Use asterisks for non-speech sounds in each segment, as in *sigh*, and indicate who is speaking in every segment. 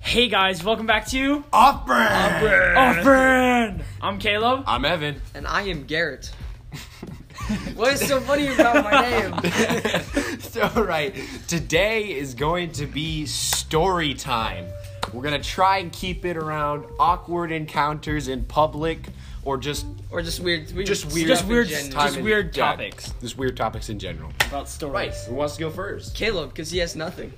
Speaker 1: Hey guys, welcome back to
Speaker 2: Off brand.
Speaker 1: Off Brand. I'm Caleb.
Speaker 2: I'm Evan. *laughs*
Speaker 3: And I am Garrett. *laughs* what is so funny about my name?
Speaker 2: so right, today is going to be story time. We're gonna try and keep it around awkward encounters in public, or just
Speaker 3: Or just weird. we
Speaker 2: Just weird-
Speaker 1: Just
Speaker 3: stuff in
Speaker 1: weird,
Speaker 3: general.
Speaker 1: just
Speaker 2: in-
Speaker 1: weird
Speaker 2: yeah,
Speaker 1: topics
Speaker 2: just weird topics in general.
Speaker 1: about stories.
Speaker 2: Right. Who wants to go first?
Speaker 3: Caleb, because he has nothing.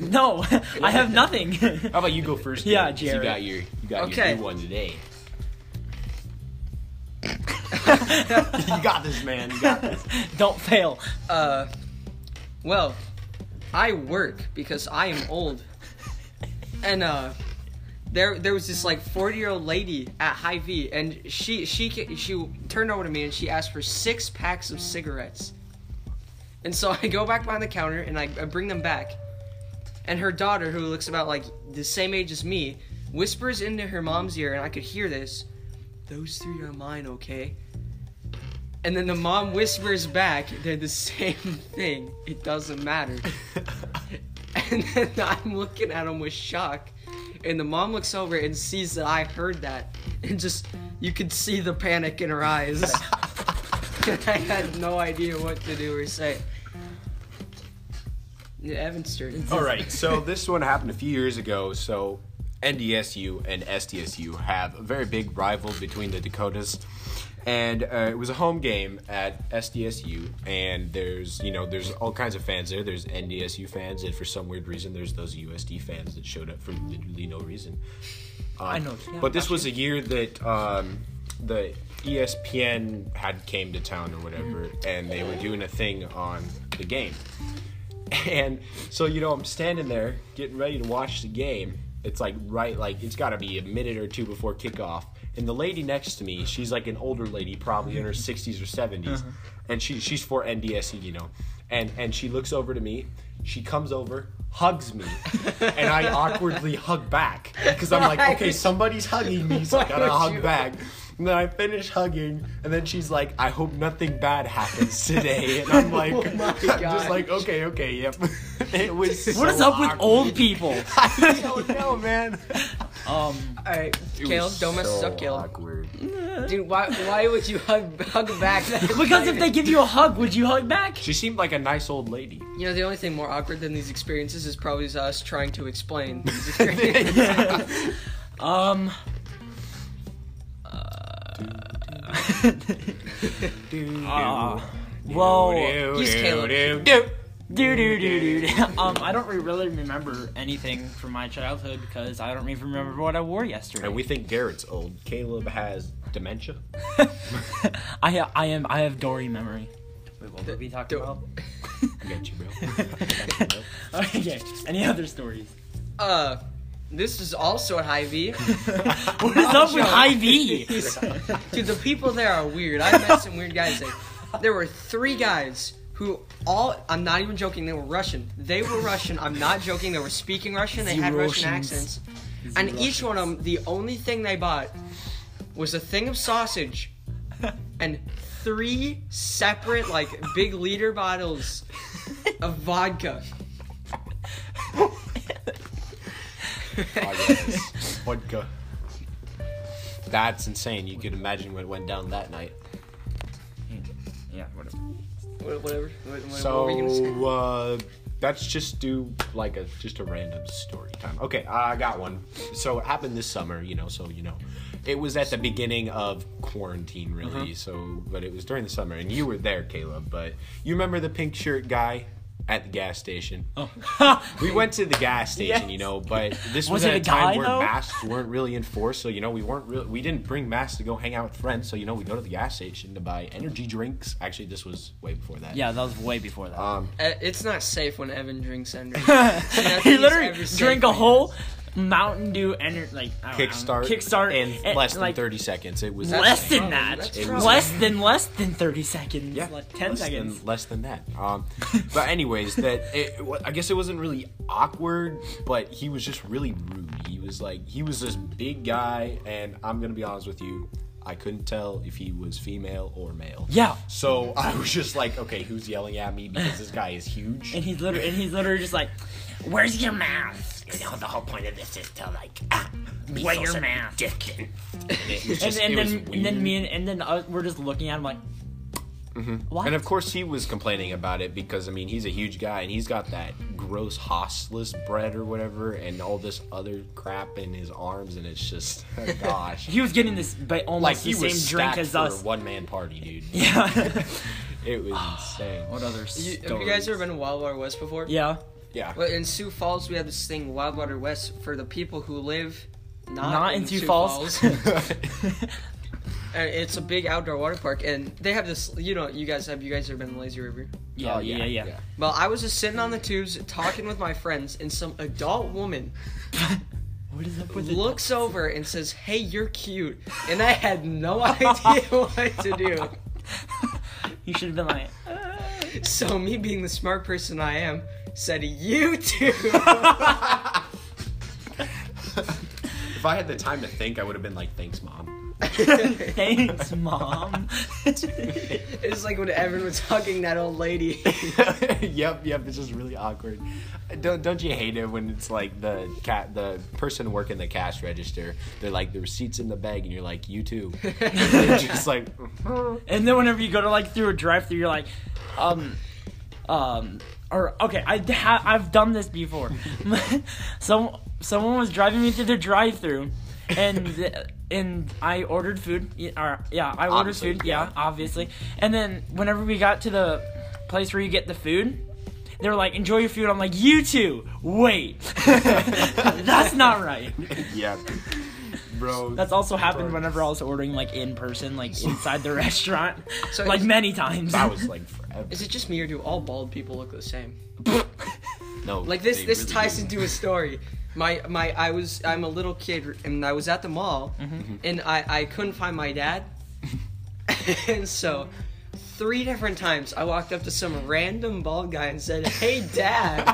Speaker 1: No, *laughs* I have *laughs* nothing.
Speaker 2: How about you go first?
Speaker 1: Yeah,
Speaker 2: Dave, 'cause You
Speaker 1: Jared.
Speaker 2: got your you got
Speaker 3: Okay.
Speaker 2: your new
Speaker 1: *laughs*
Speaker 2: one today. *laughs* you got this, man. You got this.
Speaker 1: Don't fail.
Speaker 3: Uh, well, I work because I am old. And uh, there there was this like 40 year old lady at High V, and she she ca- she turned over to me and she asked for six packs of cigarettes. And so *laughs* I go back behind the counter and I, I bring them back. And her daughter, who looks about like the same age as me, whispers into her mom's ear, and I could hear this. Those three are mine, okay? And then the mom whispers back, they're the same thing. It doesn't
Speaker 1: *laughs*
Speaker 3: matter. and then I'm looking at him with shock. And the mom looks over and sees that I heard that. And just, you could see the panic in her eyes.
Speaker 1: *laughs*
Speaker 3: *laughs* I had no idea what to do or say. Yeah, Evan's turn.
Speaker 1: *laughs*
Speaker 2: All right, so this one happened a few years ago. So NDSU and SDSU have a very big rival between the Dakotas, and uh, it was a home game at SDSU. And there's you know there's all kinds of fans there. There's NDSU fans, and for some weird reason, there's those USD fans that showed up for literally no reason. Um,
Speaker 1: I know, yeah,
Speaker 2: but this
Speaker 1: gotcha.
Speaker 2: was a year that um, the E ESPN had came to town or whatever, and they were doing a thing on the game. And so, you know, I'm standing there getting ready to watch the game. It's like right, like it's got to be a minute or two before kickoff. And the lady next to me, she's like an older lady, probably
Speaker 3: Mm-hmm.
Speaker 2: in her 60s or 70s,
Speaker 3: Uh-huh.
Speaker 2: and she she's for NDSU, E, you know. And and she looks over to me. She comes over, hugs
Speaker 3: *laughs*
Speaker 2: me, and I awkwardly hug back because I'm like, okay, somebody's hugging me, so I gotta
Speaker 3: Why would
Speaker 2: hug
Speaker 3: you-
Speaker 2: back. And then I finish hugging, and then she's like, I hope nothing bad happens today. And I'm
Speaker 3: *laughs*
Speaker 2: like,
Speaker 3: my
Speaker 2: I'm *laughs* just
Speaker 3: gosh.
Speaker 2: like, okay, okay, yep. *laughs* it was.
Speaker 1: What is up with
Speaker 2: *laughs*
Speaker 1: old *laughs* people?
Speaker 2: I don't know, man.
Speaker 1: Um,
Speaker 3: Alright, Caleb, don't mess this up, Caleb.
Speaker 2: Awkward.
Speaker 3: Dude, why, why would you hug, hug back?
Speaker 1: *laughs* because if they give you a hug, would you hug back?
Speaker 2: She seemed like a nice
Speaker 1: *laughs*
Speaker 2: old lady.
Speaker 3: You know, the only thing more awkward than these experiences is probably is us trying to explain these experiences.
Speaker 2: *laughs*
Speaker 1: Um. uh,
Speaker 2: Ah.
Speaker 1: Whoa.
Speaker 3: Use Caleb.
Speaker 1: Do do do do. *laughs* Um, I don't re- really remember anything from my childhood because I don't even remember what I wore yesterday.
Speaker 2: And we think Garrett's old. Caleb has dementia.
Speaker 1: *laughs* I ha- I am I have Dory memory. Wait, what were we talking
Speaker 3: Do-
Speaker 1: about?
Speaker 2: I
Speaker 1: *laughs*
Speaker 2: got you, bro. I got you, bro.
Speaker 1: okay. Any other stories?
Speaker 3: Uh, this is also at *laughs* Hy-Vee.
Speaker 1: What is up with
Speaker 3: Joe.
Speaker 1: High V?
Speaker 3: Dude, the people there are weird. I met some weird guys there. There were three guys who all, I'm not even joking, they were Russian. They were Russian. I'm not joking. They were speaking Russian. They had
Speaker 1: Zero
Speaker 3: Russian
Speaker 1: Russians.
Speaker 3: accents. And each one of them, the only thing they bought was a thing
Speaker 1: *laughs*
Speaker 3: of sausage and three separate, like, big liter bottles of vodka.
Speaker 2: Podcast. Vodka. That's insane. You could imagine what went down that night.
Speaker 1: *laughs* yeah. Whatever.
Speaker 3: Wha- Whatever. What, what, what were you gonna say?
Speaker 2: So uh, that's just do like a just a random story time. Okay, I got one. So it happened this summer, you know. So you know, it was at the beginning of quarantine, really.
Speaker 1: Mm-hmm.
Speaker 2: So, but it was during the summer, and you were there, Caleb. But you remember the pink shirt guy at the gas station? We went to the gas station,
Speaker 1: Yes.
Speaker 2: you know, but this
Speaker 1: Was
Speaker 2: was,
Speaker 1: it
Speaker 2: at
Speaker 1: a
Speaker 2: a time
Speaker 1: guy,
Speaker 2: where
Speaker 1: though?
Speaker 2: masks weren't really enforced. So you know, we weren't really, we didn't bring masks to go hang out with friends. So you know, we go to the gas station to buy energy drinks. Actually, this was way before
Speaker 1: *laughs*
Speaker 2: that.
Speaker 1: Yeah, that was way before that.
Speaker 2: Um,
Speaker 3: Uh, it's not safe when Evan drinks
Speaker 1: *laughs*
Speaker 3: energy.
Speaker 1: he
Speaker 3: Nothing's ever
Speaker 1: literally
Speaker 3: safe
Speaker 1: drank a
Speaker 3: when-
Speaker 1: whole Mountain Dew ener- like I don't know,
Speaker 2: kickstart
Speaker 1: Kickstart
Speaker 2: in
Speaker 1: and,
Speaker 2: less than
Speaker 1: like,
Speaker 2: 30 seconds it was
Speaker 1: Less than
Speaker 3: probably-
Speaker 1: that.
Speaker 3: that's
Speaker 2: It was-
Speaker 1: Less than less than thirty seconds.
Speaker 2: yeah,
Speaker 1: Like ten
Speaker 2: less
Speaker 1: seconds.
Speaker 2: than, less than that
Speaker 1: *laughs*
Speaker 2: um but anyways that it, it wa- i guess it wasn't really awkward but he was just really rude he was like he was this big guy and i'm gonna be honest with you I couldn't tell if he was female or male.
Speaker 1: Yeah.
Speaker 2: So I was just like, okay, who's yelling at me because this guy is huge?
Speaker 1: And he's literally and he's literally just like, "Where's your mouth?
Speaker 4: You know, the whole point of this is to like ah, be
Speaker 1: Wear
Speaker 4: so
Speaker 1: your
Speaker 4: sort of
Speaker 1: mask.
Speaker 4: dick.
Speaker 2: It was
Speaker 1: And,
Speaker 2: just-
Speaker 1: and
Speaker 2: it was
Speaker 1: then and then
Speaker 2: weird.
Speaker 1: me and, and then uh, we're just looking at him like, "What?"
Speaker 2: Mm-hmm. And of course, he was complaining about it because I mean, he's a huge guy and he's got that gross hostless bread or whatever, and all this other crap in his arms, and it's just *laughs* gosh,
Speaker 1: he was getting this, but almost
Speaker 2: like
Speaker 1: the
Speaker 2: he
Speaker 1: same
Speaker 2: was
Speaker 1: drink
Speaker 2: stacked
Speaker 1: as
Speaker 2: for
Speaker 1: us.
Speaker 2: a one man party, dude.
Speaker 1: *laughs* Yeah.
Speaker 2: It was insane.
Speaker 1: Ah, what other?
Speaker 3: You, have you guys ever been to Wildwater West before?
Speaker 1: *laughs* Yeah.
Speaker 2: Yeah. *laughs*
Speaker 3: Well, in Sioux Falls, we have this thing, Wildwater West, for the people who live not,
Speaker 1: Not in Sioux Falls. *laughs*
Speaker 2: Oh,
Speaker 3: Uh, it's a big outdoor water park, and they have this. You know, you guys have you guys ever been to Lazy River?
Speaker 1: Yeah,
Speaker 2: Oh,
Speaker 1: yeah, yeah, yeah.
Speaker 3: Well, I was just sitting on the tubes talking with my friends, and some adult woman
Speaker 1: *laughs* What is up with it?
Speaker 3: looks over and says, "Hey, you're cute," and I had no *laughs* idea what to do.
Speaker 1: You should have been like,
Speaker 3: So me being the smart person I am, said you too.
Speaker 2: If I had the time to think, I would have been like, thanks, mom.
Speaker 1: "Thanks, mom."
Speaker 3: it's like when Evan was hugging that old lady.
Speaker 2: *laughs* yep, yep. It's just really awkward. Don't don't you hate it when it's like the cat, the person working the cash register? They're like the receipts in the bag, and you're like, you too.
Speaker 3: *laughs*
Speaker 2: They're just like, *laughs*
Speaker 1: And then whenever you go to like through a drive-through, you're like, um, um, or okay, I ha- I've done this before. *laughs* Some someone was driving me through the drive-through, and and I ordered food. y- Or yeah, I ordered
Speaker 2: Obviously,
Speaker 1: food. Yeah,
Speaker 2: yeah.
Speaker 1: obviously. And then whenever we got to the place where you get the food. They were like, enjoy your food. I'm like, you too. Wait, *laughs* that's not right.
Speaker 2: yep, bro.
Speaker 1: That's also happened whenever I was ordering like in person, like inside
Speaker 3: *laughs*
Speaker 1: the restaurant,
Speaker 3: So
Speaker 1: like
Speaker 3: is-
Speaker 1: many times.
Speaker 2: that was like forever.
Speaker 3: Is it just me or do all bald people look the same?
Speaker 2: No,
Speaker 3: Like this
Speaker 2: they
Speaker 3: this
Speaker 2: really
Speaker 3: ties
Speaker 2: didn't.
Speaker 3: into a story. My my I was I'm a little kid and I was at the mall
Speaker 2: Mm-hmm.
Speaker 3: and I I couldn't find my dad. *laughs* and so three different times I walked up to some random bald guy and said, "Hey
Speaker 2: *laughs*
Speaker 3: dad."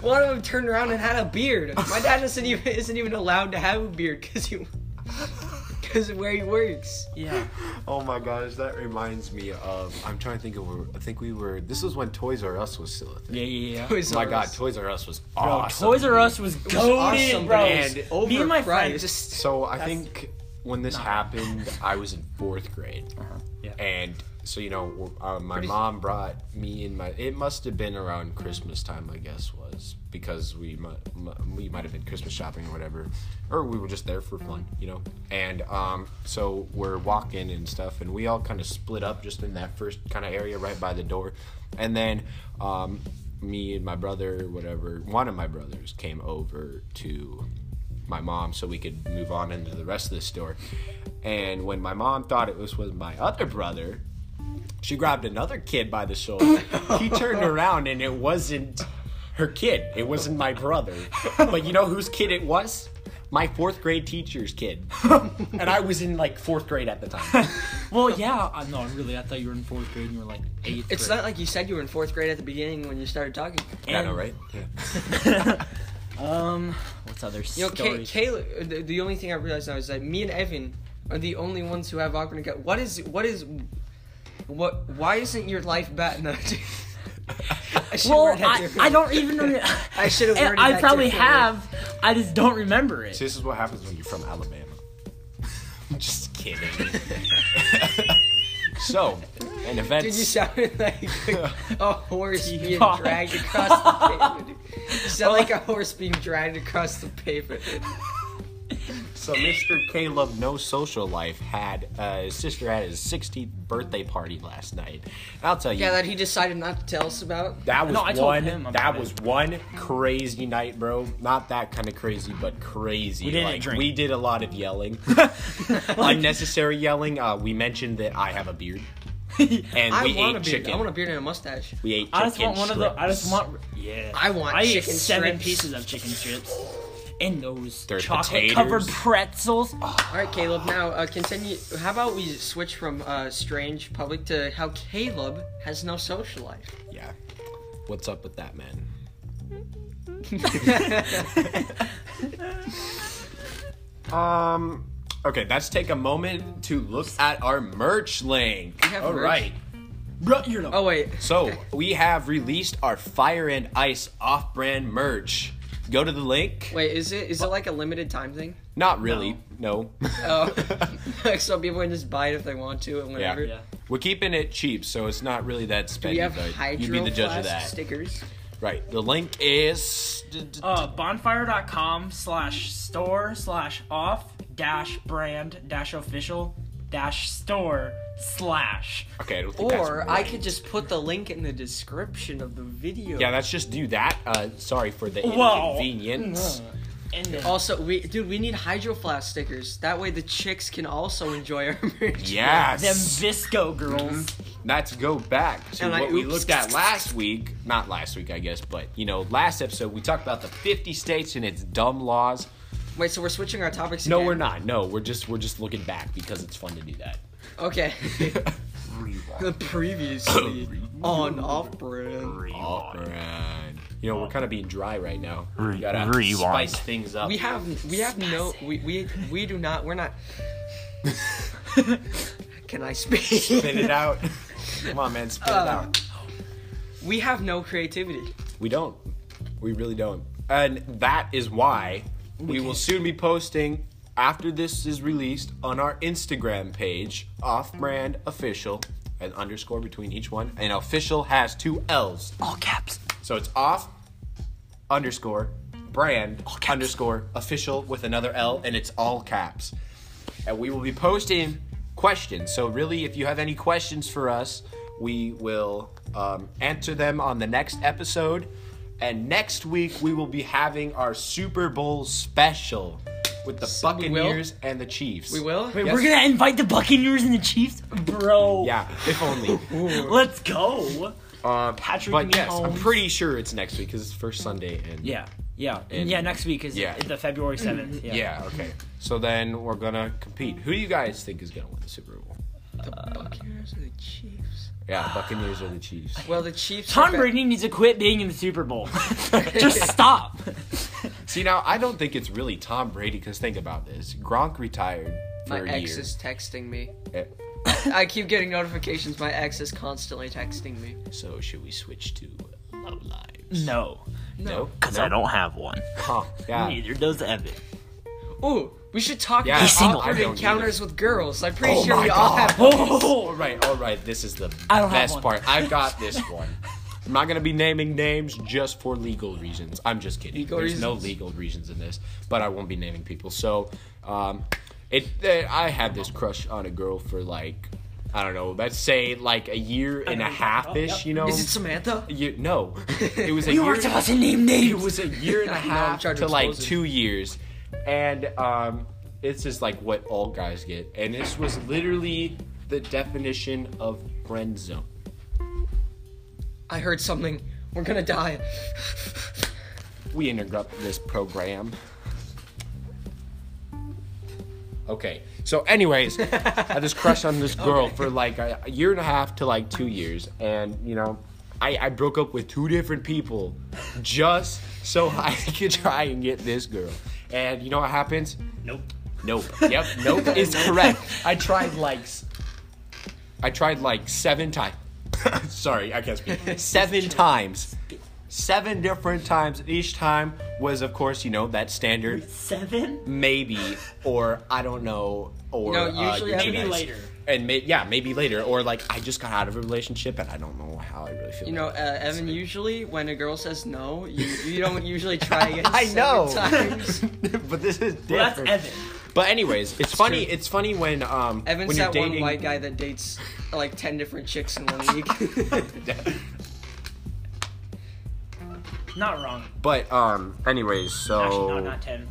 Speaker 3: One of them turned around and had a beard. My dad isn't even isn't even allowed to have a beard cuz he cuz of where he works.
Speaker 1: *laughs* Yeah.
Speaker 2: Oh my gosh, that reminds me of. I'm trying to think of. where- I think we were. This was when Toys R Us was still a thing.
Speaker 1: Yeah, yeah, yeah.
Speaker 3: Toys
Speaker 2: Oh my
Speaker 3: R
Speaker 2: God,
Speaker 3: Us.
Speaker 2: Toys R Us was
Speaker 1: Bro,
Speaker 2: awesome.
Speaker 1: Toys R Us was
Speaker 3: It was
Speaker 1: goaded,
Speaker 3: awesome,
Speaker 1: bro.
Speaker 3: but it was
Speaker 1: Me and my friend.
Speaker 3: overpriced.
Speaker 2: So I think when this happened, I was in fourth grade,
Speaker 1: Yeah.
Speaker 2: and so you know, uh, my mom brought me and my. It must have been around Christmas time, I guess, was because we mu- mu- we might have been Christmas shopping or whatever, or we were just there for fun, you know. And um, so we're walking and stuff, and we all kind of split up just in that first kind of area right by the door, and then um, me and my brother, whatever, one of my brothers came over to my mom so we could move on into the rest of the store. And when my mom thought it was was my other brother, she grabbed another kid by the *laughs* shoulder. he turned around and it wasn't her kid. It wasn't my brother. But you know whose kid it was? My fourth grade teacher's kid. and I was in like fourth grade at the *laughs* time.
Speaker 1: Well, yeah. Uh, no, really, I thought you were in fourth grade and you were like eighth.
Speaker 3: It's
Speaker 1: grade.
Speaker 3: not like you said you were in fourth grade at the beginning when you started talking.
Speaker 2: Yeah, I know, right? Yeah.
Speaker 1: *laughs* Um, what's other
Speaker 3: You know, Kay-
Speaker 1: stories?
Speaker 3: Caleb. The, the only thing I realized now is that me and Evan are the only ones who have awkward encounter. What is? What is? What? Why isn't your life better? No, *laughs*
Speaker 2: *laughs*
Speaker 3: I should
Speaker 1: well,
Speaker 3: word that
Speaker 1: I,
Speaker 3: differently.
Speaker 1: I don't even. Re-
Speaker 3: I should have
Speaker 1: *laughs*
Speaker 3: worded
Speaker 1: I
Speaker 3: that
Speaker 1: probably
Speaker 3: differently.
Speaker 1: have. I just don't remember it.
Speaker 2: This is what happens when you're from Alabama. *laughs* just kidding.
Speaker 1: *laughs*
Speaker 2: so, an event.
Speaker 3: Dude, *laughs* you sounded like a horse being
Speaker 1: Yeehaw.
Speaker 3: dragged across *laughs* the pavement. dude. You sound like a horse being dragged across the pavement.
Speaker 2: *laughs* So Mr. Caleb, no social life, had uh, his sister had his 16th birthday party last night. And I'll tell you,
Speaker 3: Yeah,
Speaker 2: that,
Speaker 3: that he decided not to tell us about.
Speaker 2: was
Speaker 1: No, I told
Speaker 2: one.
Speaker 1: him about
Speaker 2: That
Speaker 1: it.
Speaker 2: was one crazy night, bro. Not that kind of crazy, but crazy. We
Speaker 1: didn't drink.
Speaker 2: We did a lot
Speaker 1: *laughs*
Speaker 2: of yelling, unnecessary yelling. Uh, we mentioned that I have a beard,
Speaker 3: *laughs*
Speaker 2: and
Speaker 3: I
Speaker 2: we
Speaker 3: want a
Speaker 2: ate
Speaker 3: beard.
Speaker 2: chicken.
Speaker 3: I want a beard and a mustache.
Speaker 2: we ate
Speaker 1: I just
Speaker 2: chicken
Speaker 1: want one of the. I just
Speaker 2: strips.
Speaker 1: want. Yeah.
Speaker 3: I want
Speaker 1: I ate
Speaker 3: chicken
Speaker 1: seven
Speaker 3: strips.
Speaker 1: pieces of chicken strips. And those
Speaker 2: Their
Speaker 1: chocolate covered
Speaker 2: potatoes. Oh.
Speaker 1: pretzels.
Speaker 3: All right, Caleb. Now uh, continue. How about we switch from uh, strange public to how Caleb has no social life?
Speaker 2: Yeah. What's up with that, man? *laughs* Um. Okay, let's take a moment to look at our merch link.
Speaker 3: have
Speaker 2: All right.
Speaker 3: merch?
Speaker 1: you're not.
Speaker 3: Oh wait.
Speaker 2: So we have released our Fire and Ice off-brand merch. Go to the link.
Speaker 3: Wait, is it is it like a limited time thing?
Speaker 2: Not really. No. *laughs*
Speaker 3: Oh, *laughs* so people can just buy it if they want to and
Speaker 2: yeah.
Speaker 3: whatever.
Speaker 2: We're keeping it cheap, so it's not really that
Speaker 3: Do
Speaker 2: spendy.
Speaker 3: we have
Speaker 2: but
Speaker 3: hydro
Speaker 2: you be the judge of
Speaker 3: flask
Speaker 2: that.
Speaker 3: stickers?
Speaker 2: Right. The link is.
Speaker 1: Uh, bonfire.com slash store slash off dash brand dash official dash store slash.
Speaker 2: Okay. I don't think that's
Speaker 3: Or I
Speaker 2: right.
Speaker 3: could just put the link in the description of the video.
Speaker 2: Yeah, let's just do that. Uh, sorry for the
Speaker 1: Whoa.
Speaker 2: *laughs* inconvenience.
Speaker 1: And then-
Speaker 3: Also, we dude, we need hydro flask stickers. That way the chicks can also enjoy our *laughs* merch.
Speaker 1: them
Speaker 2: Yes.
Speaker 1: Visco girls.
Speaker 3: Mm-hmm.
Speaker 2: Let's go back to
Speaker 3: And I
Speaker 2: what we
Speaker 3: oops.
Speaker 2: looked at last week. Not last week, I guess, but you know, last episode we talked about the 50 states and its dumb laws.
Speaker 3: Wait, so we're switching our topics
Speaker 2: No,
Speaker 3: again.
Speaker 2: we're not. No, we're just we're just looking back because it's fun to do that. *laughs*
Speaker 3: Okay. the previously on off brand.
Speaker 2: Oh, Alright. You know, we're kind of being dry right now. We
Speaker 4: Re-
Speaker 2: gotta
Speaker 4: rewind.
Speaker 2: spice things up.
Speaker 3: We have we have no we we we do not
Speaker 2: *laughs*
Speaker 3: we're not Can I speak?
Speaker 2: spit it out. *laughs* Come on, man, spit
Speaker 3: Uh,
Speaker 2: it out.
Speaker 3: we have no creativity.
Speaker 2: We don't. We really don't. And that is why we will soon be posting after this is released on our Instagram page, off brand official, an underscore between each one. And official has two L's.
Speaker 1: All caps.
Speaker 2: So it's off underscore brand underscore official with another L and it's all caps. And we will be posting questions. So really if you have any questions for us, we will um, answer them on the next episode. And next week we will be having our Super Bowl special with the
Speaker 3: So we will?
Speaker 2: Buccaneers and the Chiefs.
Speaker 3: We will?
Speaker 1: Wait,
Speaker 2: Yes.
Speaker 1: we're gonna invite the Buccaneers and the Chiefs, bro.
Speaker 2: Yeah, if
Speaker 3: *laughs*
Speaker 2: only.
Speaker 1: Let's go.
Speaker 2: Uh,
Speaker 1: Patrick
Speaker 2: but yes, I'm
Speaker 1: Mahomes.
Speaker 2: pretty sure it's next week because it's first Sunday and
Speaker 1: Yeah, yeah,
Speaker 2: And-
Speaker 1: yeah. Next week is
Speaker 2: yeah.
Speaker 1: is the February seventh. Yeah.
Speaker 2: Yeah, okay. So then we're gonna compete. Who do you guys think is gonna win the Super Bowl?
Speaker 3: The Buccaneers or Oh, the Chiefs? *sighs*
Speaker 2: Yeah, Buccaneers or the Chiefs?
Speaker 3: Well, the Chiefs. are
Speaker 1: Tom
Speaker 3: ba-
Speaker 1: Brady needs to quit being in the Super Bowl. *laughs* Just stop.
Speaker 2: See, now I don't think it's really Tom Brady because think about this: Gronk retired
Speaker 3: My
Speaker 2: for a
Speaker 3: ex
Speaker 2: year.
Speaker 3: is
Speaker 2: *laughs*
Speaker 3: texting me.
Speaker 2: Eh,
Speaker 3: I keep getting notifications. My ex is constantly texting me.
Speaker 2: So should we switch to low lives?
Speaker 1: No,
Speaker 2: No,
Speaker 4: Because I don't have one.
Speaker 2: Huh, yeah.
Speaker 4: Neither does Evan.
Speaker 3: Ooh, we should talk
Speaker 2: Yeah,
Speaker 3: about
Speaker 2: I- I
Speaker 3: awkward
Speaker 2: don't
Speaker 3: encounters with girls. I'm pretty
Speaker 2: Oh
Speaker 3: sure
Speaker 2: my
Speaker 3: we all
Speaker 2: God.
Speaker 3: have. those.
Speaker 2: All right, all right. This is the
Speaker 1: I don't have
Speaker 2: best
Speaker 1: one.
Speaker 2: part. I've got this one. I'm not gonna be naming names just for legal reasons. I'm just kidding.
Speaker 3: Legal
Speaker 2: There's no
Speaker 3: reasons?
Speaker 2: legal reasons in this, but I won't be naming people. So, um, it eh, I had this crush on a girl for like I don't know. Let's say like a year and a half ish. You know.
Speaker 3: Is it Samantha?
Speaker 2: You, no, it was a
Speaker 1: you
Speaker 2: year.
Speaker 1: aren't supposed to name names.
Speaker 2: It was a year
Speaker 3: *laughs*
Speaker 2: and a
Speaker 3: No, I'm
Speaker 2: half
Speaker 3: trying to
Speaker 2: to like
Speaker 3: expose it.
Speaker 2: two years, and um, it's just like what all guys get, and this was literally the definition of friend zone.
Speaker 3: I heard something. We're gonna die.
Speaker 2: We interrupt this program. Okay, so anyways,
Speaker 3: *laughs*
Speaker 2: I had this crush on this girl for like a, a year and a half to like two years, and you know, I, I broke up with two different people just so *laughs* I could try and get this girl. And you know what happens?
Speaker 4: Nope.
Speaker 2: Nope. Yep. Nope *laughs* is correct. I tried like, s- I tried like seven times. *laughs* Sorry, I can't speak. *laughs* Seven times. Seven different times. Each time was, of course, you know that standard
Speaker 1: seven.
Speaker 2: maybe or I don't know or
Speaker 3: No,
Speaker 2: uh,
Speaker 3: usually
Speaker 2: you're too
Speaker 3: maybe
Speaker 2: nice.
Speaker 1: later.
Speaker 2: And may- yeah, maybe later or like I just got out of a relationship and I don't know how I really feel.
Speaker 3: You know, uh,
Speaker 2: about it.
Speaker 3: Evan. Usually, when a girl says no, you, you
Speaker 2: *laughs*
Speaker 3: don't usually try again.
Speaker 2: I
Speaker 3: seven
Speaker 2: know. *laughs*
Speaker 3: Times.
Speaker 2: but this is
Speaker 1: Well, that's
Speaker 2: different.
Speaker 1: Evan.
Speaker 2: But anyways, it's funny.
Speaker 3: true.
Speaker 2: It's funny when um
Speaker 3: Evan's
Speaker 2: when you're
Speaker 3: that
Speaker 2: dating
Speaker 3: one white guy that dates like ten different chicks in one
Speaker 2: *laughs*
Speaker 3: week. *laughs*
Speaker 1: Not wrong.
Speaker 2: But um, anyways, so
Speaker 1: Actually, no,
Speaker 2: Oh.
Speaker 1: not ten.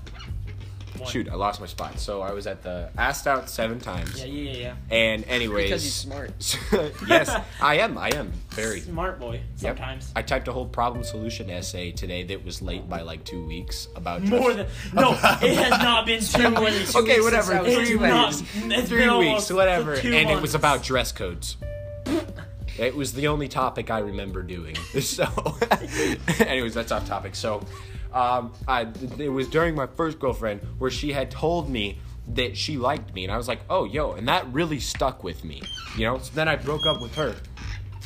Speaker 1: One.
Speaker 2: shoot, I lost my spot. So I was at the asked out seven times.
Speaker 1: Yeah, yeah, yeah.
Speaker 2: And anyways,
Speaker 3: because he's smart.
Speaker 2: *laughs* yes, I am. I am
Speaker 1: yeah.
Speaker 2: very.
Speaker 1: Smart boy.
Speaker 2: Yep.
Speaker 1: Sometimes.
Speaker 2: I typed a whole problem solution essay today that was late by like two weeks about
Speaker 1: More
Speaker 2: just-
Speaker 1: than
Speaker 2: *laughs*
Speaker 1: no. it has not been two weeks.
Speaker 3: Two
Speaker 2: okay,
Speaker 3: weeks
Speaker 2: whatever.
Speaker 3: since I was
Speaker 2: Three
Speaker 3: two
Speaker 1: It's not-
Speaker 2: weeks,
Speaker 1: it's
Speaker 2: three
Speaker 1: been
Speaker 2: weeks,
Speaker 1: almost
Speaker 2: whatever.
Speaker 1: two
Speaker 2: And it
Speaker 1: months.
Speaker 2: was about dress codes. It *laughs* was the only topic I remember doing. So, anyways, that's off topic. So, Um, I, it was during my first girlfriend where she had told me that she liked me, and I was like, oh, yo, and that really stuck with me, you know. So then I broke up with her,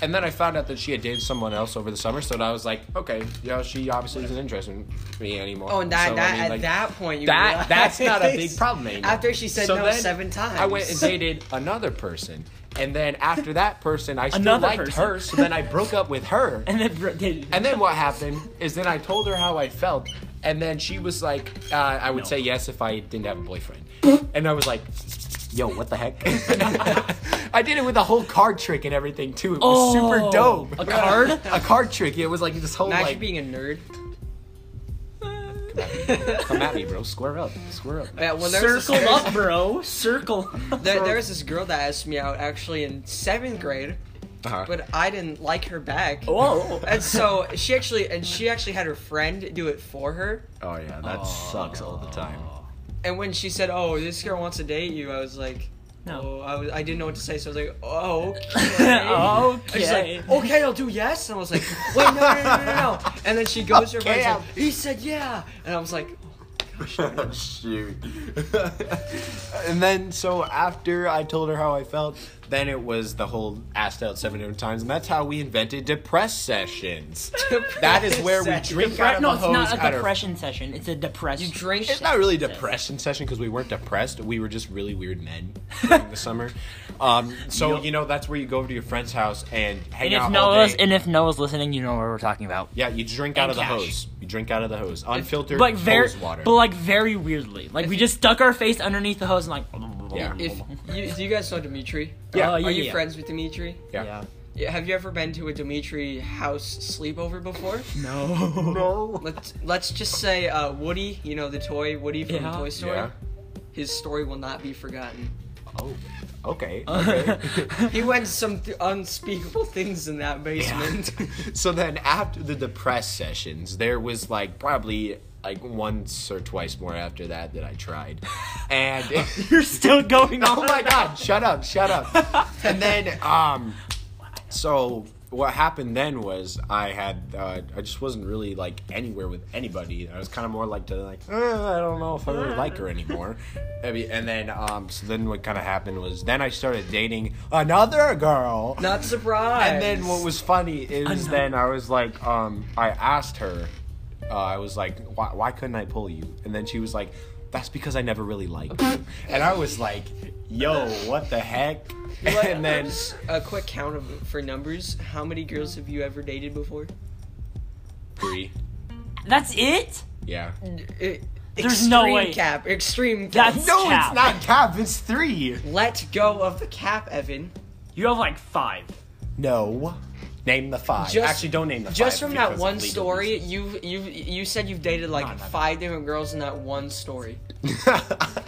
Speaker 2: and then I found out that she had dated someone else over the summer. So I was like, okay, you know, she obviously isn't interested in me anymore.
Speaker 3: Oh, and that,
Speaker 2: So, I
Speaker 3: that
Speaker 2: mean,
Speaker 3: at
Speaker 2: like,
Speaker 3: that point, you
Speaker 2: that that's not a *laughs*
Speaker 3: *laughs* realize-
Speaker 2: big problem anymore.
Speaker 3: After she said no
Speaker 2: then
Speaker 3: seven times,
Speaker 2: I went and dated another person, and then after that person, I still
Speaker 1: Another
Speaker 2: liked
Speaker 1: person.
Speaker 2: her. So then I broke up with her,
Speaker 1: *laughs* And then bro- did
Speaker 2: and then what happened is then I told her how I felt, and then she was like, uh, I would say yes if I didn't have
Speaker 1: *laughs*
Speaker 2: a boyfriend, and I was like. Yo, what the heck? I did it with a whole card trick and everything too. It was
Speaker 1: Oh,
Speaker 2: super dope.
Speaker 1: A card?
Speaker 2: A card trick. It was like this whole
Speaker 3: *laughs* Imagine
Speaker 2: like
Speaker 3: being a nerd.
Speaker 2: come at
Speaker 3: *laughs*
Speaker 2: me, bro. Square up, square up.
Speaker 3: Yeah, well, there was this-
Speaker 1: Circle up, bro. Circle.
Speaker 3: *laughs* There, there was this girl that asked me out actually in seventh grade,
Speaker 2: Uh-huh.
Speaker 3: but I didn't like her back.
Speaker 2: Oh.
Speaker 1: Whoa.
Speaker 3: And so she actually, and she actually had her friend do it for her.
Speaker 2: Oh yeah, that sucks all the time.
Speaker 3: And when she said, "Oh, this girl wants to date you," I was like,
Speaker 1: No.
Speaker 3: "No, I, was, I didn't know what to say." So I was like,
Speaker 1: *laughs*
Speaker 3: "Oh, okay." And she's
Speaker 1: okay.
Speaker 3: like, "Okay, I'll do yes." And I was like, "Wait, no, no, no, no, no, no." And then she goes to her friend.
Speaker 2: Okay,
Speaker 3: she's
Speaker 2: I'll-
Speaker 3: Like, he said yeah, and I was like,
Speaker 2: *laughs* Oh, Shoot. and then, so after I told her how I felt, then it was the whole asked out seven different times, and that's how we invented depressed
Speaker 1: *laughs*
Speaker 2: sessions. that is where we
Speaker 3: Depressed
Speaker 2: drink out
Speaker 1: Depre-
Speaker 2: of
Speaker 1: no,
Speaker 2: a
Speaker 1: it's
Speaker 2: hose.
Speaker 1: not a
Speaker 2: out of-
Speaker 1: depression session. It's a depression.
Speaker 3: "You drink."
Speaker 2: it's not really a depression session because we weren't depressed. We were just really
Speaker 1: *laughs*
Speaker 2: weird men during the summer. Um, so you know that's where you go over to your friend's house and
Speaker 1: and
Speaker 2: hang
Speaker 1: if
Speaker 2: out all
Speaker 1: Noah's
Speaker 2: day.
Speaker 1: and if Noah's listening, you know what we're talking about.
Speaker 2: yeah, you drink out
Speaker 1: and
Speaker 2: of the
Speaker 1: cash.
Speaker 2: hose. You drink out of the hose, unfiltered
Speaker 1: But like very,
Speaker 2: hose water.
Speaker 1: but like very weirdly. Like we
Speaker 3: you-
Speaker 1: just stuck our face underneath the hose and like. *laughs*
Speaker 2: Yeah.
Speaker 3: If you, do you guys know Dimitri?
Speaker 2: Yeah.
Speaker 1: Oh,
Speaker 3: Are you
Speaker 1: yeah.
Speaker 3: friends with Dimitri?
Speaker 2: yeah.
Speaker 1: yeah.
Speaker 3: Yeah, Have you ever been to a Dimitri house sleepover before?
Speaker 1: No.
Speaker 2: *laughs* No.
Speaker 3: Let's let's just say uh, Woody, you know the toy Woody from
Speaker 1: Yeah.
Speaker 3: Toy Story.
Speaker 2: Yeah.
Speaker 3: His story will not be forgotten.
Speaker 2: Oh.
Speaker 1: *laughs*
Speaker 2: Okay. okay.
Speaker 3: He went some th- unspeakable things in that basement.
Speaker 2: so then after the depressed sessions, there was like probably like once or twice more after that that I tried. And *laughs*
Speaker 1: You're still going on.
Speaker 2: oh my god, shut up, shut up. And then um so what happened then was I had uh, I just wasn't really like anywhere with anybody. I was kind of more like to like "Uh, I don't know if I really like her anymore. I mean, And then um so then what kind of happened was then I started dating another girl.
Speaker 3: *laughs* Not surprised.
Speaker 2: And then what was funny is then I was like, um, I asked her, uh, I was like, why, why couldn't I pull you? And then she was like, that's because I never really liked you. and I was like, yo, what the heck?
Speaker 3: What-
Speaker 2: And then
Speaker 3: just a quick count of for numbers. How many girls have you ever dated before?
Speaker 2: three,
Speaker 1: That's it?
Speaker 2: yeah.
Speaker 3: There's
Speaker 1: There's no way.
Speaker 3: E-, Cap. Extreme cap.
Speaker 1: That's
Speaker 2: No,
Speaker 1: cap.
Speaker 2: it's not cap. It's three.
Speaker 3: Let go of the cap, Evan.
Speaker 1: You have like five.
Speaker 2: No, name the five.
Speaker 3: Just-
Speaker 2: Actually, don't name the five.
Speaker 3: Just from
Speaker 2: because
Speaker 3: that
Speaker 2: of
Speaker 3: one
Speaker 2: legal
Speaker 3: story,
Speaker 2: reasons.
Speaker 3: you you you said you've dated like
Speaker 1: no, no.
Speaker 3: five different girls in that one story.
Speaker 2: *laughs*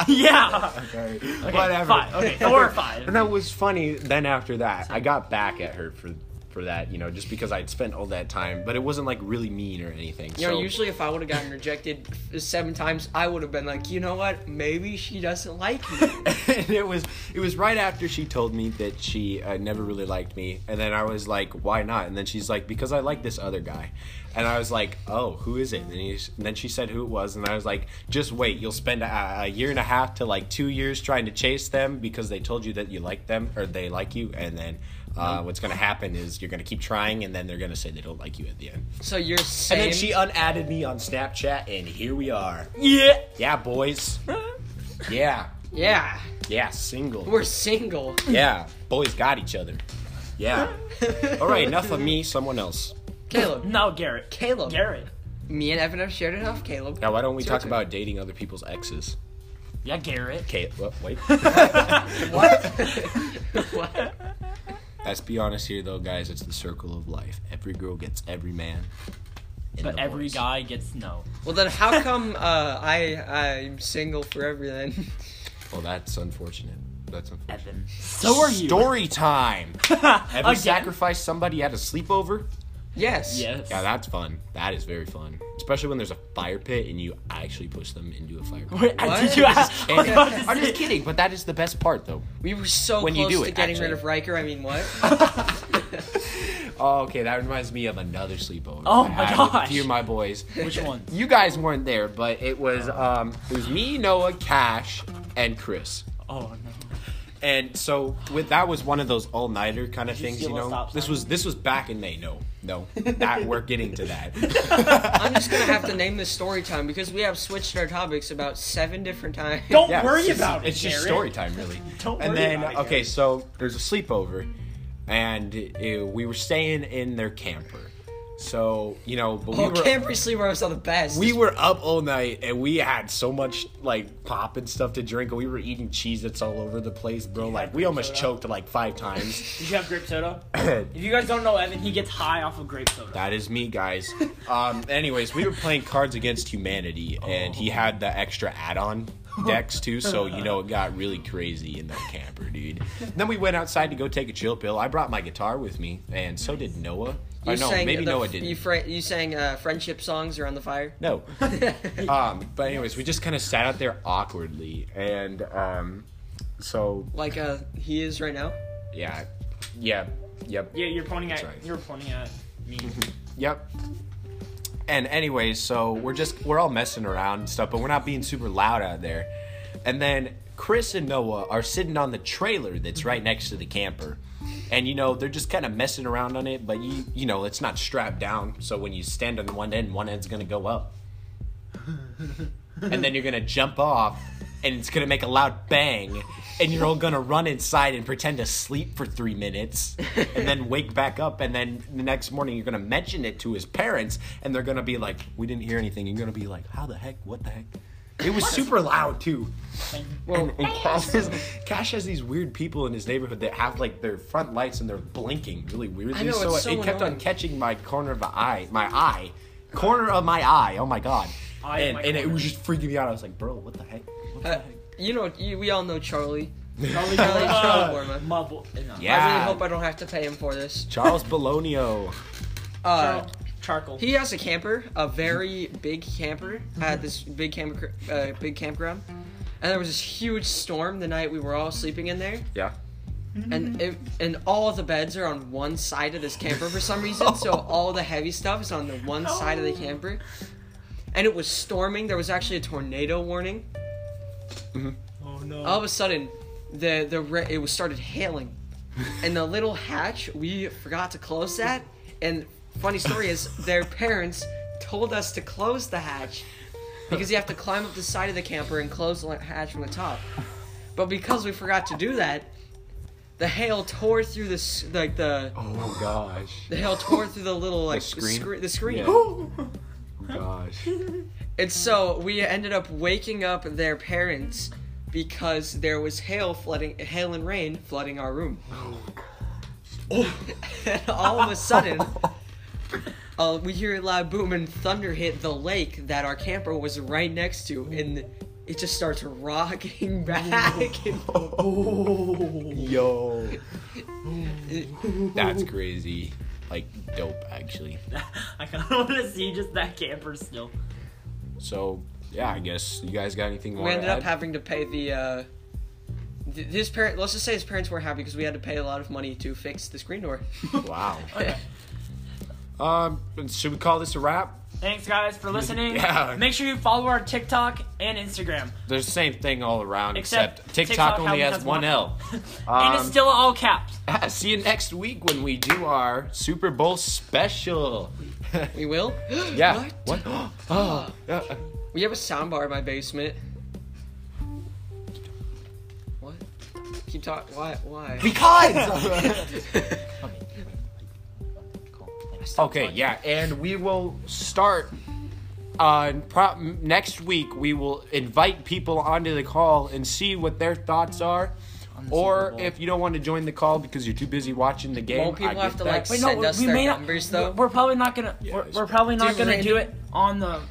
Speaker 1: Yeah.
Speaker 2: Sorry.
Speaker 1: Okay,
Speaker 2: Whatever.
Speaker 1: Five. Okay, four or five.
Speaker 2: And that was funny. Then after that, I got back at her for for that, you know, just because I'd spent all that time, but it wasn't like really mean or anything.
Speaker 3: You know,
Speaker 2: so-
Speaker 3: usually if I would have gotten rejected f- seven times, I would have been like, you know what? Maybe she doesn't like
Speaker 2: *laughs*
Speaker 3: me.
Speaker 2: and it was it was right after she told me that she uh, never really liked me, and then I was like, why not? And then she's like, because I like this other guy, and I was like, oh, who is it? And, he, and then she said who it was, and I was like, just wait, you'll spend a, a year and a half to like two years trying to chase them because they told you that you like them or they like you, and then. Uh, what's gonna happen is you're gonna keep trying, and then they're gonna say they don't like you at the end.
Speaker 3: So you're
Speaker 2: And
Speaker 3: saying
Speaker 2: then she unadded me on Snapchat, and here we are.
Speaker 1: Yeah.
Speaker 2: Yeah, boys. Yeah,
Speaker 3: yeah,
Speaker 2: yeah, single.
Speaker 3: we're single.
Speaker 2: Yeah, boys got each other.
Speaker 1: *laughs*
Speaker 2: Yeah. All right, enough of me. Someone else.
Speaker 3: Caleb,
Speaker 1: No, Garrett.
Speaker 3: Caleb,
Speaker 1: Garrett.
Speaker 3: me and Evan have shared enough. Caleb,
Speaker 2: Now, why don't we
Speaker 3: It's your
Speaker 2: talk
Speaker 3: turn.
Speaker 2: about dating other people's exes?
Speaker 1: Yeah, Garrett.
Speaker 2: Okay, well,
Speaker 1: *laughs*
Speaker 2: wait. *laughs*
Speaker 3: What?
Speaker 2: Let's be honest here, though, guys. It's the circle of life. Every girl gets every man. and
Speaker 1: But
Speaker 2: the
Speaker 1: every
Speaker 2: boys.
Speaker 1: guy gets no.
Speaker 3: well then, how come uh, I I'm single forever then? *laughs*
Speaker 2: Well, that's unfortunate. That's unfortunate.
Speaker 1: Evan. So are you.
Speaker 2: Story time.
Speaker 1: *laughs*
Speaker 2: Ever
Speaker 1: Again?
Speaker 2: sacrificed somebody at a sleepover?
Speaker 3: yes.
Speaker 1: Yes.
Speaker 2: Yeah, that's fun. That is very fun. Especially when there's a fire pit and you actually push them into a fire pit.
Speaker 1: Wait,
Speaker 3: What?
Speaker 1: *laughs* did you ask? I was about to
Speaker 2: I'm
Speaker 1: say-
Speaker 2: just kidding, but that is the best part, though.
Speaker 3: We were so
Speaker 2: When you
Speaker 3: close
Speaker 2: do
Speaker 3: to
Speaker 2: it, *laughs*
Speaker 3: getting rid
Speaker 2: actually.
Speaker 3: of Riker. I mean, what?
Speaker 2: Oh, okay. That reminds me of another sleepover.
Speaker 1: Oh
Speaker 2: I
Speaker 1: my
Speaker 2: had with
Speaker 1: gosh.
Speaker 2: A few of my boys.
Speaker 1: Which ones?
Speaker 2: You guys weren't there, but it was um, it was me, Noah, Cash, and Chris.
Speaker 1: Oh no.
Speaker 2: And so with that was one of those all nighter kind of things,
Speaker 1: see
Speaker 2: you
Speaker 1: what
Speaker 2: know.
Speaker 1: stop
Speaker 2: This
Speaker 1: sign?
Speaker 2: was this was back in May. No, no, that we're getting
Speaker 1: *laughs*
Speaker 2: to that.
Speaker 3: I'm just gonna have to name this story time because we have switched our topics about seven different times. *laughs*
Speaker 1: Don't
Speaker 2: Yeah,
Speaker 1: worry
Speaker 2: it's just-
Speaker 1: about it.
Speaker 2: It's just
Speaker 1: Jared.
Speaker 2: story time, really.
Speaker 1: Don't
Speaker 2: and
Speaker 1: worry
Speaker 2: then
Speaker 1: about it,
Speaker 2: okay,
Speaker 1: Jared.
Speaker 2: so there's a sleepover, and uh, we were staying in their camper. So you know, but we
Speaker 3: Oh,
Speaker 2: were
Speaker 3: camper sleepovers are the best.
Speaker 2: we were up all night and we had so much like pop and stuff to drink and we were eating cheese that's all over the place bro like we almost
Speaker 1: soda?
Speaker 2: choked like five times
Speaker 3: *laughs*
Speaker 1: Did you have grape
Speaker 2: *clears throat*
Speaker 1: soda? if you guys don't know Evan, he gets high off of grape soda.
Speaker 2: That is me, guys. *laughs* Um, anyways, we were playing Cards Against Humanity, and he had the extra
Speaker 3: *laughs*
Speaker 2: add-on decks too, so you know it got really crazy in that camper, dude. then we went outside to go take a chill pill. I brought my guitar with me, and so did Noah.
Speaker 3: You
Speaker 2: Or no,
Speaker 3: sang uh,
Speaker 2: maybe
Speaker 3: the-
Speaker 2: Noah didn't.
Speaker 3: You, fri you sang uh, friendship songs around the fire.
Speaker 2: No. um, but anyways, we just kind of sat out there awkwardly, and um, so
Speaker 3: Like uh, he is right now.
Speaker 2: yeah, yeah, yep.
Speaker 1: Yeah, you're pointing at
Speaker 2: right.
Speaker 1: you're pointing at
Speaker 2: *laughs*
Speaker 1: me.
Speaker 2: Yep. And anyways, so we're just we're all messing around and stuff, but we're not being super loud out there. And then Chris and Noah are sitting on the trailer that's right next to the camper. And you know, they're just kind of messing around on it, but you you know, it's not strapped down, so when you stand on one end, one end's going to go up. and then you're going to jump off and it's going to make a loud bang and you're all going to run inside and pretend to sleep for 3 minutes and then wake back up and then the next morning you're going to mention it to his parents and they're going to be like, "We didn't hear anything." You're going to be like, "How the heck? What the heck?" It was super loud too.
Speaker 3: Well,
Speaker 2: And Cash has, Cash has these weird people in his neighborhood that have like their front lights and they're blinking really weirdly.
Speaker 3: I know,
Speaker 2: so,
Speaker 3: it's so
Speaker 2: it kept on
Speaker 3: annoying.
Speaker 2: catching my corner of my eye, my eye, corner of my eye. Oh my god!
Speaker 1: Eye of
Speaker 2: and
Speaker 1: my
Speaker 2: and it
Speaker 1: corner. *laughs*
Speaker 2: was just *laughs* freaking me out. I was like, "Bro, what the heck?"
Speaker 3: uh, you know, you, we all know Charlie.
Speaker 1: Charlie,
Speaker 3: Charlie, Charlie
Speaker 1: uh,
Speaker 3: Borman.
Speaker 1: my boy- no.
Speaker 3: I really hope I don't have to pay him for this.
Speaker 2: Charles Bologna.
Speaker 3: Uh,
Speaker 1: Char- charcoal.
Speaker 3: He has a camper, a very big camper at this big camp, uh, big campground, and there was this huge storm the night we were all sleeping in there,
Speaker 2: Yeah.
Speaker 3: and it, and all the beds are on one side of this camper for some reason, so all the heavy stuff is on the one side of the camper, and it was storming. There was actually a tornado warning.
Speaker 1: oh no.
Speaker 3: All of a sudden, the the ra- it was started hailing, and the little hatch we forgot to close that. And funny story is their parents told us to close the hatch because you have to climb up the side of the camper and close the hatch from the top. But because we forgot to do that, the hail tore through this like the
Speaker 2: Oh gosh.
Speaker 3: the hail tore through the little like
Speaker 2: screen?
Speaker 3: scre- the screen.
Speaker 2: Yeah. Oh gosh.
Speaker 3: And so we ended up waking up their parents because there was hail flooding, hail and rain flooding our room. and all of a sudden, uh, we hear a loud boom and thunder hit the lake that our camper was right next to, and it just starts rocking *laughs* back. and
Speaker 2: Yo. That's crazy. Like dope actually.
Speaker 1: I *laughs* kind of want to see just that camper still.
Speaker 2: So yeah, I guess you guys got anything more
Speaker 3: we ended
Speaker 2: to
Speaker 3: up
Speaker 2: add?
Speaker 3: having to pay the. Uh, th- his parent. Let's just say his parents were happy because we had to pay a lot of money to fix the screen door.
Speaker 2: Wow. Um, should we call this a wrap?
Speaker 1: Thanks guys for listening.
Speaker 2: *laughs* Yeah.
Speaker 1: Make sure you follow our TikTok and Instagram.
Speaker 2: They're the same thing all around,
Speaker 1: Except
Speaker 2: except,
Speaker 1: TikTok
Speaker 2: TikTok, only
Speaker 1: only
Speaker 2: has
Speaker 1: has
Speaker 2: one
Speaker 1: one.
Speaker 3: *laughs*
Speaker 2: L.
Speaker 1: and it's
Speaker 2: Um,
Speaker 1: still all caps.
Speaker 2: *laughs* See you next week when we do our Super Bowl special.
Speaker 3: *laughs* We will.
Speaker 2: Yeah.
Speaker 3: *gasps* What?
Speaker 2: What?
Speaker 3: *gasps*
Speaker 2: *gasps* oh, yeah.
Speaker 3: We have a soundbar in my basement. What? Keep talking. Why? Why?
Speaker 2: Because. *laughs* okay. Yeah, and we will start. Uh, pro- next week we will invite people onto the call and see what their thoughts are. Or if you don't want to join the call because you're too busy watching the game,
Speaker 3: Won't people
Speaker 2: I
Speaker 3: have
Speaker 2: get
Speaker 3: to,
Speaker 2: that.
Speaker 3: like, Wait, no, Send us their numbers, though.
Speaker 1: We're probably not gonna. we're,
Speaker 2: it's
Speaker 1: we're probably not
Speaker 3: Do
Speaker 1: gonna do it
Speaker 3: random-
Speaker 1: on the.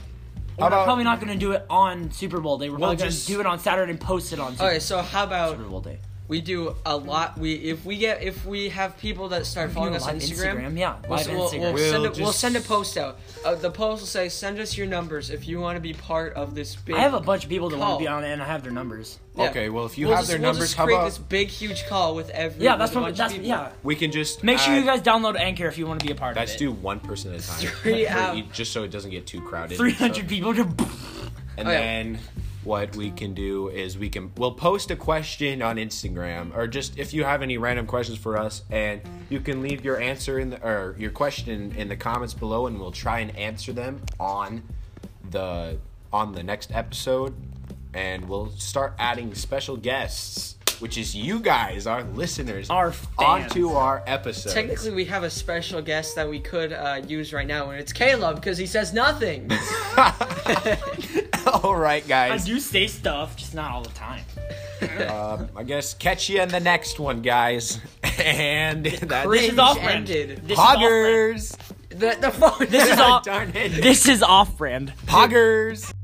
Speaker 1: We're
Speaker 2: about-
Speaker 1: probably not gonna do it on Super Bowl day. We're probably gonna
Speaker 2: just-
Speaker 1: do it on Saturday and post it on Super,
Speaker 3: Okay, so how about
Speaker 1: Super Bowl day.
Speaker 3: We do a lot. We if we get if we have people that start following
Speaker 1: do
Speaker 3: us on
Speaker 1: live
Speaker 3: Instagram,
Speaker 1: Instagram, yeah,
Speaker 3: we'll,
Speaker 1: live
Speaker 3: we'll-
Speaker 1: Instagram.
Speaker 3: we'll
Speaker 2: We'll
Speaker 3: send a, we'll
Speaker 2: just-
Speaker 3: send a post out. Uh, the post will say, "Send us your numbers if you want to be part of this big."
Speaker 1: I have a bunch of people that want
Speaker 3: Call.
Speaker 1: to be on it, and I have their numbers.
Speaker 3: yeah.
Speaker 2: Okay, well, if you
Speaker 3: We'll
Speaker 2: have
Speaker 3: just-
Speaker 2: their
Speaker 3: we'll
Speaker 2: numbers,
Speaker 3: just
Speaker 2: how
Speaker 3: create
Speaker 2: about-
Speaker 3: this big huge call with every
Speaker 1: Yeah, that's
Speaker 3: with a
Speaker 1: what.
Speaker 3: bunch
Speaker 1: That's
Speaker 3: of people.
Speaker 1: yeah.
Speaker 2: We can just
Speaker 1: Make sure you
Speaker 2: add-
Speaker 1: guys download Anchor if you want to be a part
Speaker 2: Let's
Speaker 1: of it.
Speaker 2: do one person at a time.
Speaker 3: *laughs* Three
Speaker 2: For
Speaker 3: out.
Speaker 2: each- just so *laughs* it doesn't get too crowded.
Speaker 1: Three hundred people. Just
Speaker 2: And
Speaker 3: Oh, yeah.
Speaker 2: then what we can do is we can we'll post a question on Instagram or just if you have any random questions for us and you can leave your answer in the or your question in the comments below and we'll try and answer them on the on the next episode and we'll start adding special guests which is you guys our listeners
Speaker 1: Our fans.
Speaker 2: onto our episode.
Speaker 3: Technically, we have a special guest that we could uh, use right now, and it's Caleb because he says nothing.
Speaker 2: *laughs* All right
Speaker 1: I
Speaker 2: guys.
Speaker 1: do say stuff, just not all the time.
Speaker 2: Um, I guess catch you in the next one, guys. *laughs* And that's
Speaker 1: This
Speaker 3: Cringe
Speaker 1: is off brand.
Speaker 3: ended.
Speaker 1: This
Speaker 2: Poggers.
Speaker 3: the the phone.
Speaker 2: *laughs*
Speaker 1: Is off brand. This is off.
Speaker 2: Darn it.
Speaker 1: This is off brand.
Speaker 2: Poggers.